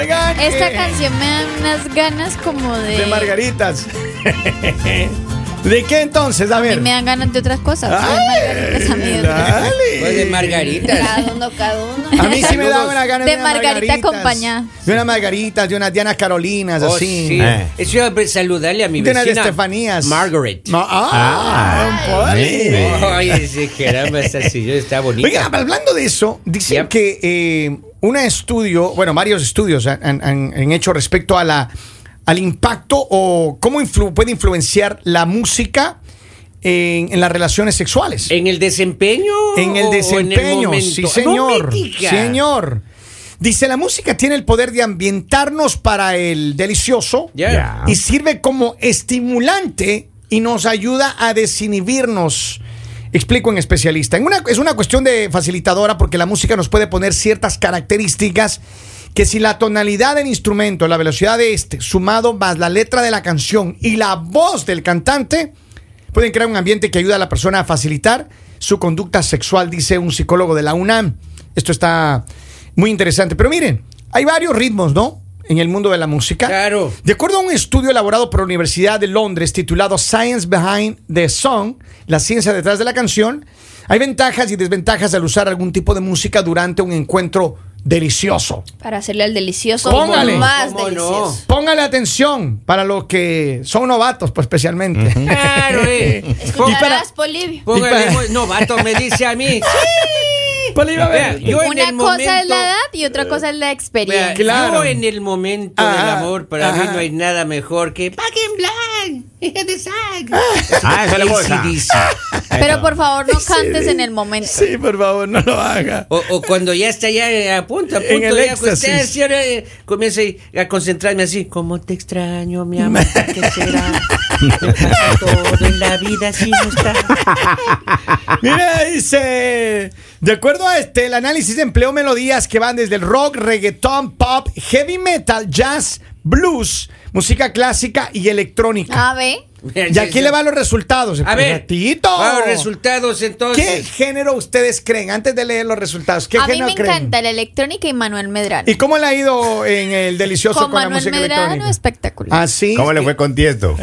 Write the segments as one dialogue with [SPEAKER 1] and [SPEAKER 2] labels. [SPEAKER 1] esta canción me da unas ganas como de.
[SPEAKER 2] eh, De margaritas. ¿De qué entonces? A
[SPEAKER 1] Y
[SPEAKER 2] ver.
[SPEAKER 1] me dan ganas de otras cosas.
[SPEAKER 2] Ay,
[SPEAKER 1] de margaritas a mí de otras cosas.
[SPEAKER 2] dale.
[SPEAKER 3] Pues de margaritas.
[SPEAKER 4] Cada uno, cada uno.
[SPEAKER 2] A mí sí me da una gana
[SPEAKER 1] De
[SPEAKER 2] unas
[SPEAKER 1] margarita
[SPEAKER 2] margaritas,
[SPEAKER 1] acompañada.
[SPEAKER 2] De unas margaritas, de unas Dianas Carolinas,
[SPEAKER 3] Oh,
[SPEAKER 2] así.
[SPEAKER 3] sí.
[SPEAKER 2] Eh.
[SPEAKER 3] Eso iba a saludarle a mi
[SPEAKER 2] De unas
[SPEAKER 3] vecina.
[SPEAKER 2] Estefanías.
[SPEAKER 3] Margaret.
[SPEAKER 2] Ma- ah, vale.
[SPEAKER 3] Ay, sí, caramba, esta silla está bonita.
[SPEAKER 2] Oiga, hablando de eso, dicen
[SPEAKER 3] Yep.
[SPEAKER 2] que eh, un estudio, bueno, varios estudios han, han- han- han hecho respecto a la, al impacto o cómo influ- puede influenciar la música en, en las relaciones sexuales.
[SPEAKER 3] ¿En el desempeño?
[SPEAKER 2] En el
[SPEAKER 3] o
[SPEAKER 2] desempeño,
[SPEAKER 3] momento?
[SPEAKER 2] sí,
[SPEAKER 3] No
[SPEAKER 2] señor.
[SPEAKER 3] me diga.
[SPEAKER 2] señor. Dice, la música tiene el poder de ambientarnos para el delicioso
[SPEAKER 3] Ya.
[SPEAKER 2] y sirve como estimulante y nos ayuda a desinhibirnos. Explico en especialista. En una, es una cuestión de facilitadora porque la música nos puede poner ciertas características que si la tonalidad del instrumento, la velocidad de este, sumado más la letra de la canción y la voz del cantante, pueden crear un ambiente que ayuda a la persona a facilitar su conducta sexual, dice un psicólogo de la UNAM. Esto está muy interesante. Pero miren, hay varios ritmos, ¿no? En el mundo de la música.
[SPEAKER 3] Claro.
[SPEAKER 2] De acuerdo a un estudio elaborado por la Universidad de Londres titulado Science Behind the Song, la ciencia detrás de la canción, hay ventajas y desventajas al usar algún tipo de música durante un encuentro delicioso.
[SPEAKER 4] Para hacerle al delicioso
[SPEAKER 2] Póngale.
[SPEAKER 4] más
[SPEAKER 3] ¿Cómo no?
[SPEAKER 4] delicioso.
[SPEAKER 2] Póngale atención para los que son novatos, pues especialmente.
[SPEAKER 3] Claro, eh.
[SPEAKER 4] Escucharás,
[SPEAKER 2] Y para-
[SPEAKER 4] Polibio.
[SPEAKER 3] Póngale,
[SPEAKER 2] Y para-
[SPEAKER 3] no, vato, me dice a mí. Pues Vea, yo en
[SPEAKER 1] Una
[SPEAKER 3] el
[SPEAKER 1] cosa es
[SPEAKER 3] momento-
[SPEAKER 1] la edad y otra cosa es la
[SPEAKER 3] Vea,
[SPEAKER 1] experiencia.
[SPEAKER 2] Claro.
[SPEAKER 3] Yo en el momento del
[SPEAKER 2] Ajá,
[SPEAKER 3] amor, para mí
[SPEAKER 2] ajá.
[SPEAKER 3] no hay nada mejor que Paguen Black, hija de Zack.
[SPEAKER 5] Ah, esa es la bolsa.
[SPEAKER 3] AC/DC.
[SPEAKER 1] Pero por favor, no cantes en el momento.
[SPEAKER 2] Sí, por favor, no lo haga.
[SPEAKER 3] O, o cuando ya está ya a punto, a
[SPEAKER 2] En
[SPEAKER 3] punto
[SPEAKER 2] el
[SPEAKER 3] de acostarse,
[SPEAKER 2] éxtasis.
[SPEAKER 3] ahora eh, comienzo ahí a concentrarme así, ¿cómo te extraño, mi amor? ¿Qué será? Me pasa todo en la vida sin estar.
[SPEAKER 2] Mira, dice. De acuerdo a este, el análisis empleó melodías que van desde el rock, reggaetón, pop, heavy metal, jazz, blues, música clásica y electrónica.
[SPEAKER 1] A ver.
[SPEAKER 2] ¿Y aquí le van los resultados?
[SPEAKER 3] A ver,
[SPEAKER 2] Ratito.
[SPEAKER 3] vamos, resultados entonces.
[SPEAKER 2] ¿Qué género ustedes creen? Antes de leer los resultados, ¿qué
[SPEAKER 1] A mí
[SPEAKER 2] género
[SPEAKER 1] me
[SPEAKER 2] creen?
[SPEAKER 1] encanta la electrónica y Manuel Medrano.
[SPEAKER 2] ¿Y cómo le ha ido en el delicioso con,
[SPEAKER 1] Con
[SPEAKER 2] la
[SPEAKER 1] Manuel
[SPEAKER 2] música
[SPEAKER 1] Medrano,
[SPEAKER 2] electrónica?
[SPEAKER 1] espectacular.
[SPEAKER 2] ¿Ah, sí?
[SPEAKER 5] ¿Cómo le fue con Tiesto?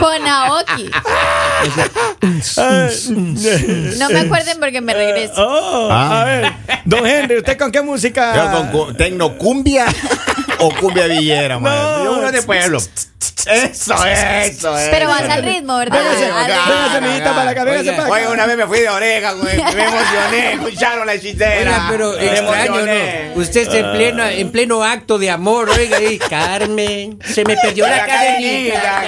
[SPEAKER 1] Con Aoki.
[SPEAKER 2] Ah,
[SPEAKER 1] No me acuerden porque me regreso.
[SPEAKER 2] oh,
[SPEAKER 5] Ah.
[SPEAKER 2] A ver, don Henry, ¿usted con qué música?
[SPEAKER 5] Yo con cu- ¿Tecno cumbia o cumbia villera, man?
[SPEAKER 2] No.
[SPEAKER 5] Yo uno de pueblo. Eso, eso,
[SPEAKER 2] Eh,
[SPEAKER 1] Pero
[SPEAKER 5] eso.
[SPEAKER 1] vas al ritmo, ¿verdad?
[SPEAKER 2] Véngase,
[SPEAKER 1] Al
[SPEAKER 5] venga,
[SPEAKER 1] ritmo.
[SPEAKER 2] véngase, amiguita, para acá, véngase
[SPEAKER 3] Oiga,
[SPEAKER 2] para acá.
[SPEAKER 5] Oye, una vez me fui de oreja, güey, me emocioné, escucharon la
[SPEAKER 3] Oiga,
[SPEAKER 5] hechicera.
[SPEAKER 3] pero
[SPEAKER 5] Me
[SPEAKER 3] extraño,
[SPEAKER 5] emocioné.
[SPEAKER 3] ¿no? Usted está en pleno, en pleno acto de amor, oiga, y Carmen, se me perdió la,
[SPEAKER 5] La cadenita,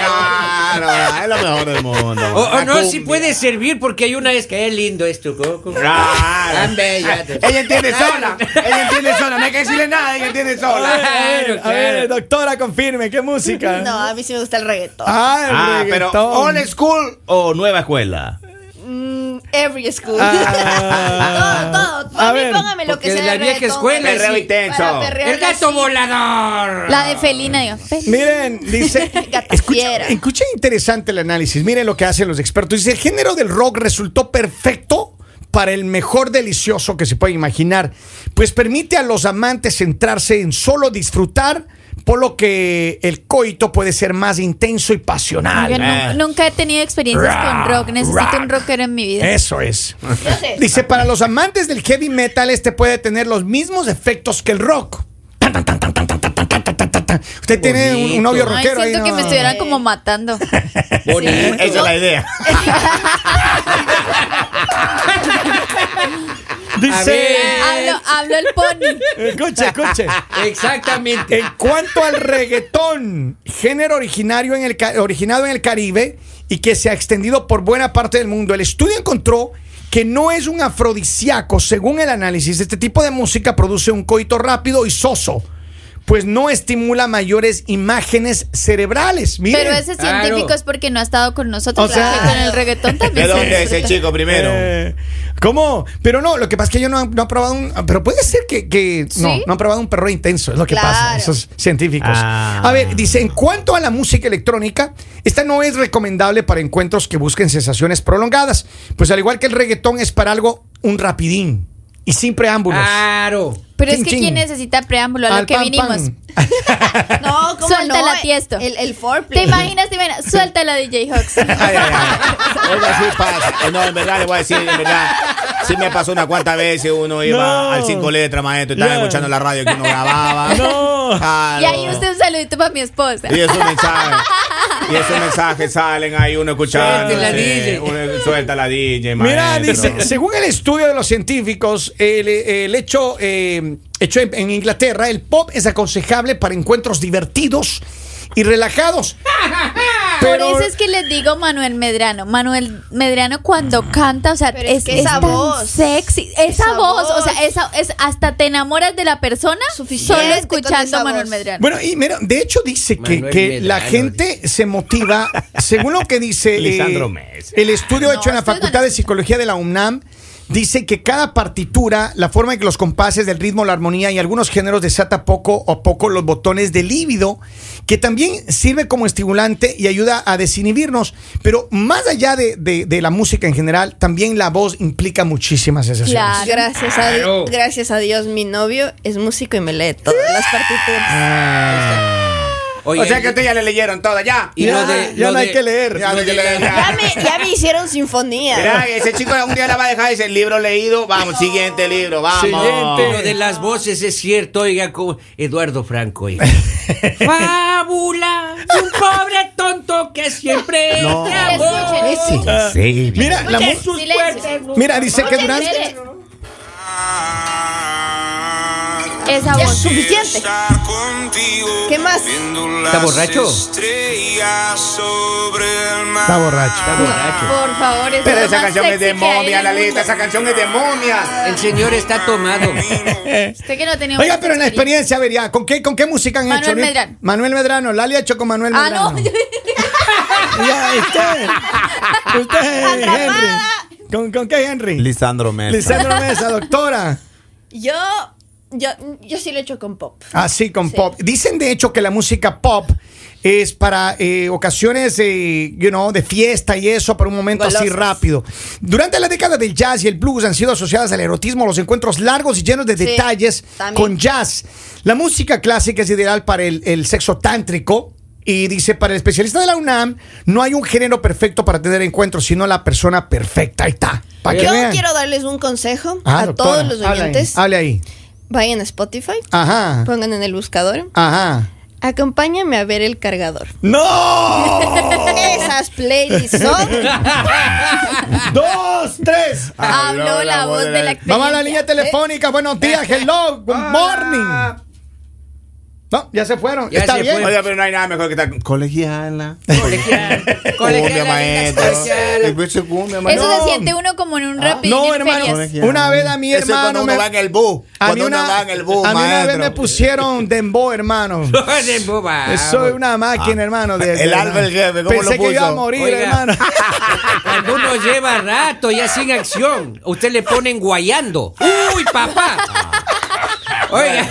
[SPEAKER 5] claro, es lo mejor del mundo.
[SPEAKER 3] O, o
[SPEAKER 5] La
[SPEAKER 3] no, si
[SPEAKER 5] cumbia.
[SPEAKER 3] puede servir, porque hay una vez que es lindo esto. co- co-
[SPEAKER 5] Claro. Ah,
[SPEAKER 3] Tan bella.
[SPEAKER 5] Ella entiende sola, ella entiende sola, no hay que decirle nada, ella entiende sola.
[SPEAKER 2] A ver,
[SPEAKER 3] Claro,
[SPEAKER 2] a ver,
[SPEAKER 3] claro.
[SPEAKER 2] doctora, confirme, ¿qué música?
[SPEAKER 4] No, a mí sí me gusta el reggaetón.
[SPEAKER 2] Ah, el
[SPEAKER 5] Ah, pero
[SPEAKER 2] reggaetón.
[SPEAKER 5] old school o nueva escuela.
[SPEAKER 4] Mm, every school.
[SPEAKER 2] Ah.
[SPEAKER 4] todo, todo.
[SPEAKER 2] A
[SPEAKER 4] A, mí
[SPEAKER 2] ver,
[SPEAKER 4] póngame lo
[SPEAKER 3] porque
[SPEAKER 4] que sea.
[SPEAKER 3] la
[SPEAKER 4] de
[SPEAKER 3] vieja
[SPEAKER 4] reggaetón,
[SPEAKER 3] escuela
[SPEAKER 4] para-
[SPEAKER 5] Perreo intenso.
[SPEAKER 4] para perrear
[SPEAKER 3] El gato
[SPEAKER 4] así.
[SPEAKER 3] volador.
[SPEAKER 1] La de Felina, digo. Felina.
[SPEAKER 2] Miren, dice.
[SPEAKER 4] Gata
[SPEAKER 2] escucha,
[SPEAKER 4] fiera.
[SPEAKER 2] escucha interesante el análisis. Miren lo que hacen los expertos. Dice: el género del rock resultó perfecto para el mejor delicioso que se puede imaginar, pues permite a los amantes centrarse en solo disfrutar, por lo que el coito puede ser más intenso y pasional.
[SPEAKER 1] Yo nu- nunca he tenido experiencias con rock. Necesito un rockero en mi vida.
[SPEAKER 2] Eso es.
[SPEAKER 4] Yo sé.
[SPEAKER 2] Dice, para los amantes del heavy metal, este puede tener los mismos efectos que el rock. Tan, tan, tan, tan, tan, tan, tan, tan, tan, tan, tan, tan. Usted tiene un, un novio
[SPEAKER 1] Ay,
[SPEAKER 2] rockero
[SPEAKER 1] siento
[SPEAKER 2] ahí.
[SPEAKER 1] que
[SPEAKER 2] ¿no?
[SPEAKER 1] me estuvieran como matando.
[SPEAKER 3] Bonito.
[SPEAKER 5] Esa es la idea.
[SPEAKER 3] A
[SPEAKER 2] Dice,
[SPEAKER 3] ver,
[SPEAKER 1] Hablo, hablo el pony.
[SPEAKER 2] escuche, escuche.
[SPEAKER 3] Exactamente.
[SPEAKER 2] En cuanto al reggaetón, género originario en el, ca- originado en el Caribe y que se ha extendido por buena parte del mundo, el estudio encontró que no es un afrodisíaco. Según el análisis, este tipo de música produce un coito rápido y soso, pues no estimula mayores imágenes cerebrales. Miren.
[SPEAKER 1] Pero ese
[SPEAKER 3] Claro.
[SPEAKER 1] científico es porque no ha estado con nosotros.
[SPEAKER 2] O sea-
[SPEAKER 1] porque con el reggaetón también.
[SPEAKER 5] ¿De
[SPEAKER 1] se
[SPEAKER 5] dónde es ese
[SPEAKER 1] disfruta.
[SPEAKER 5] chico primero?
[SPEAKER 2] Eh, ¿Cómo? Pero no, lo que pasa es que yo no, no he probado un. Pero puede ser que. que- No,
[SPEAKER 1] ¿Sí?
[SPEAKER 2] no han probado un perro intenso, es lo que
[SPEAKER 4] Claro.
[SPEAKER 2] pasa, esos científicos.
[SPEAKER 5] Ah.
[SPEAKER 2] A ver, dice: en cuanto a la música electrónica, esta no es recomendable para encuentros que busquen sensaciones prolongadas. Pues al igual que el reggaetón, es para algo un rapidín. y sin preámbulos.
[SPEAKER 3] Claro.
[SPEAKER 1] Pero
[SPEAKER 2] Chin,
[SPEAKER 1] es que
[SPEAKER 2] chin.
[SPEAKER 1] ¿quién necesita preámbulo a
[SPEAKER 2] Al
[SPEAKER 1] Ah, lo que
[SPEAKER 2] pan,
[SPEAKER 1] vinimos?
[SPEAKER 2] pan.
[SPEAKER 4] No, ¿cómo
[SPEAKER 1] Suelta
[SPEAKER 4] no?
[SPEAKER 1] la tiesto.
[SPEAKER 4] El, el
[SPEAKER 1] ¿Te
[SPEAKER 4] foreplay.
[SPEAKER 1] imaginas? Te imaginas? Suéltala, DJ Hawks.
[SPEAKER 5] Ay, ay, ay. Oiga, sí pasa. No, en verdad le voy a decir, en verdad. Sí me pasó unas cuantas veces. Uno iba
[SPEAKER 3] No.
[SPEAKER 5] al cinco letras, maestro, y estaba
[SPEAKER 3] No.
[SPEAKER 5] escuchando la radio que uno grababa.
[SPEAKER 3] No.
[SPEAKER 5] Claro.
[SPEAKER 1] Y ahí usted un saludito para mi esposa.
[SPEAKER 5] Y esos mensajes. Y esos mensajes salen ahí uno escuchando.
[SPEAKER 3] Suelta la
[SPEAKER 5] sí,
[SPEAKER 3] DJ.
[SPEAKER 5] uno- suelta la DJ,
[SPEAKER 2] Mira,
[SPEAKER 5] maestro.
[SPEAKER 2] dice, según el estudio de los científicos, el, el hecho eh, hecho en, en Inglaterra, el pop es aconsejable para encuentros divertidos y relajados.
[SPEAKER 1] Por eso es que les digo Manuel Medrano. Manuel Medrano cuando canta, o sea,
[SPEAKER 4] Pero
[SPEAKER 1] es,
[SPEAKER 4] es que
[SPEAKER 1] es tan
[SPEAKER 4] esa voz.
[SPEAKER 1] sexy. Esa,
[SPEAKER 4] Esa
[SPEAKER 1] voz, o
[SPEAKER 4] voz.
[SPEAKER 1] sea, esa, es, hasta te enamoras de la persona
[SPEAKER 4] Suficiente
[SPEAKER 1] solo
[SPEAKER 4] con
[SPEAKER 1] escuchando
[SPEAKER 4] esa
[SPEAKER 1] a Manuel
[SPEAKER 4] voz.
[SPEAKER 1] Medrano.
[SPEAKER 2] Bueno, y mira, de hecho dice que,
[SPEAKER 3] Manuel
[SPEAKER 2] que la
[SPEAKER 3] Medrano,
[SPEAKER 2] gente se motiva, según lo que dice eh,
[SPEAKER 5] Lisandro Messi.
[SPEAKER 2] el estudio
[SPEAKER 1] No,
[SPEAKER 2] hecho en la
[SPEAKER 1] estoy
[SPEAKER 2] Facultad de
[SPEAKER 1] ganando.
[SPEAKER 2] Psicología de la UNAM, dice que cada partitura, la forma en que los compases del ritmo, la armonía y algunos géneros desata poco a poco los botones de líbido, que también sirve como estimulante y ayuda a desinhibirnos, pero más allá de, de- de la música en general, también la voz implica muchísimas sensaciones.
[SPEAKER 1] Claro.
[SPEAKER 4] Gracias a,
[SPEAKER 3] Claro.
[SPEAKER 4] Dios, gracias a Dios, mi novio es músico y me lee todas las partituras.
[SPEAKER 3] Oye,
[SPEAKER 5] o sea que a usted ya le leyeron toda, ya.
[SPEAKER 3] y
[SPEAKER 2] Ya,
[SPEAKER 3] lo de-
[SPEAKER 2] ya
[SPEAKER 3] lo
[SPEAKER 2] no hay
[SPEAKER 3] de-
[SPEAKER 2] que leer.
[SPEAKER 5] Ya no hay que leer.
[SPEAKER 4] Ya me, ya me hicieron sinfonía.
[SPEAKER 5] Mira, ese chico un día la va a dejar ese libro leído. Vamos, siguiente libro, vamos.
[SPEAKER 3] Lo de las voces es cierto, oiga, como Eduardo Franco. oiga. Fábula, un pobre tonto que siempre
[SPEAKER 5] No.
[SPEAKER 3] clavó
[SPEAKER 1] Escuchen. Es
[SPEAKER 5] Sí,
[SPEAKER 2] Mira, la mu-
[SPEAKER 3] en sus
[SPEAKER 1] Silencio.
[SPEAKER 3] puertas.
[SPEAKER 2] mira, dice que durante...
[SPEAKER 1] Esa
[SPEAKER 4] Ya es
[SPEAKER 1] voz.
[SPEAKER 4] suficiente. ¿Qué más?
[SPEAKER 3] ¿Está borracho?
[SPEAKER 2] Está borracho.
[SPEAKER 3] Está borracho.
[SPEAKER 1] Por favor, esa
[SPEAKER 5] Pero
[SPEAKER 1] es lo
[SPEAKER 5] esa
[SPEAKER 1] más
[SPEAKER 5] canción es
[SPEAKER 1] sexy
[SPEAKER 5] de
[SPEAKER 1] que hay
[SPEAKER 5] momia,
[SPEAKER 1] en el
[SPEAKER 5] Lalita.
[SPEAKER 1] mundo.
[SPEAKER 5] Esa canción es de momia.
[SPEAKER 3] El señor está tomado.
[SPEAKER 1] Usted que no tenía
[SPEAKER 2] Oiga,
[SPEAKER 1] mucha
[SPEAKER 2] pero en la experiencia, vería, ¿con qué, ¿con qué música han
[SPEAKER 1] Manuel
[SPEAKER 2] hecho?
[SPEAKER 1] Medrano.
[SPEAKER 2] Manuel Medrano, Lali ha hecho con Manuel
[SPEAKER 1] Ah,
[SPEAKER 2] Medrano.
[SPEAKER 1] no. yo-
[SPEAKER 2] Ya, usted. Usted, Henry. ¿Con, con qué Henry?
[SPEAKER 6] Lisandro Mesa.
[SPEAKER 2] Lisandro Mesa, doctora.
[SPEAKER 4] Yo, yo, yo sí lo echo con pop.
[SPEAKER 2] Así Ah, con
[SPEAKER 4] Sí.
[SPEAKER 2] pop. Dicen de hecho que la música pop es para eh, ocasiones eh, you know, de fiesta y eso, para un momento así
[SPEAKER 4] Golosas.
[SPEAKER 2] rápido. Durante la década del jazz y el blues han sido asociadas al erotismo, los encuentros largos y llenos de
[SPEAKER 4] Sí,
[SPEAKER 2] detalles
[SPEAKER 4] también.
[SPEAKER 2] con jazz. La música clásica es ideal para el, el sexo tántrico. Y dice, para el especialista de la UNAM, no hay un género perfecto para tener encuentros, sino la persona perfecta. Ahí está. Para que
[SPEAKER 4] Yo
[SPEAKER 2] vean.
[SPEAKER 4] quiero darles un consejo
[SPEAKER 2] Ah,
[SPEAKER 4] a
[SPEAKER 2] doctora, ah.
[SPEAKER 4] todos los
[SPEAKER 2] hable ahí,
[SPEAKER 4] oyentes. Pues
[SPEAKER 2] Hable ahí.
[SPEAKER 4] Vayan a Spotify,
[SPEAKER 2] Ajá.
[SPEAKER 4] pongan en el buscador.
[SPEAKER 2] Ajá.
[SPEAKER 4] Acompáñame a ver el cargador. Oh.
[SPEAKER 2] ¡No!
[SPEAKER 4] Esas playlists son.
[SPEAKER 2] ¡Dos, tres!
[SPEAKER 1] Habló la voz de la experiencia.
[SPEAKER 2] Vamos a la línea telefónica. Buenos días, hello, good morning. No, Ah. ya se fueron.
[SPEAKER 3] Ya
[SPEAKER 2] Está
[SPEAKER 3] se
[SPEAKER 2] bien.
[SPEAKER 3] fueron.
[SPEAKER 5] Oiga,
[SPEAKER 1] pues.
[SPEAKER 5] pero no hay nada mejor que estar colegiala.
[SPEAKER 3] Colegial,
[SPEAKER 5] Cumbia,
[SPEAKER 3] colegial,
[SPEAKER 5] maestro.
[SPEAKER 3] colegial.
[SPEAKER 5] Escuche cumbia,
[SPEAKER 1] Eso
[SPEAKER 5] maestro.
[SPEAKER 1] se siente uno como en un rapidín
[SPEAKER 2] No,
[SPEAKER 1] en
[SPEAKER 2] hermano.
[SPEAKER 1] ferias.
[SPEAKER 2] Una vez a mi
[SPEAKER 5] Eso es cuando
[SPEAKER 2] hermano
[SPEAKER 5] uno
[SPEAKER 2] me.
[SPEAKER 5] va en el bus.
[SPEAKER 2] A mí
[SPEAKER 5] Cuando uno va
[SPEAKER 2] una,
[SPEAKER 5] en el bus,
[SPEAKER 2] a mí una vez
[SPEAKER 5] maestro.
[SPEAKER 2] me pusieron dembow, hermano.
[SPEAKER 3] De boba.
[SPEAKER 2] Soy una máquina, hermano. de-
[SPEAKER 5] Ah. El
[SPEAKER 2] de-
[SPEAKER 5] Albert Jefe, ¿cómo
[SPEAKER 2] Pensé
[SPEAKER 5] lo
[SPEAKER 2] que iba a
[SPEAKER 5] puso?
[SPEAKER 2] morir,
[SPEAKER 3] Oiga.
[SPEAKER 2] hermano.
[SPEAKER 3] Cuando uno lleva rato ya sin acción, a usted le ponen guayando. ¡Uy, papá!
[SPEAKER 5] Ah.
[SPEAKER 3] Oiga,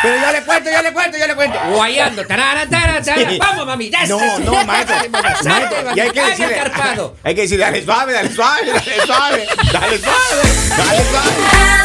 [SPEAKER 5] Pero yo le cuento, yo le cuento, yo le cuento.
[SPEAKER 3] guayando. Tarara, tarara, tarara.
[SPEAKER 5] Sí.
[SPEAKER 3] Vamos, mami. dale.
[SPEAKER 5] No, no, maestro.
[SPEAKER 3] Santo,
[SPEAKER 5] maestro. Y hay que
[SPEAKER 3] haga
[SPEAKER 5] decirle.
[SPEAKER 3] carpado.
[SPEAKER 5] Hay que decir, dale suave, dale suave, dale suave. Dale suave, dale suave.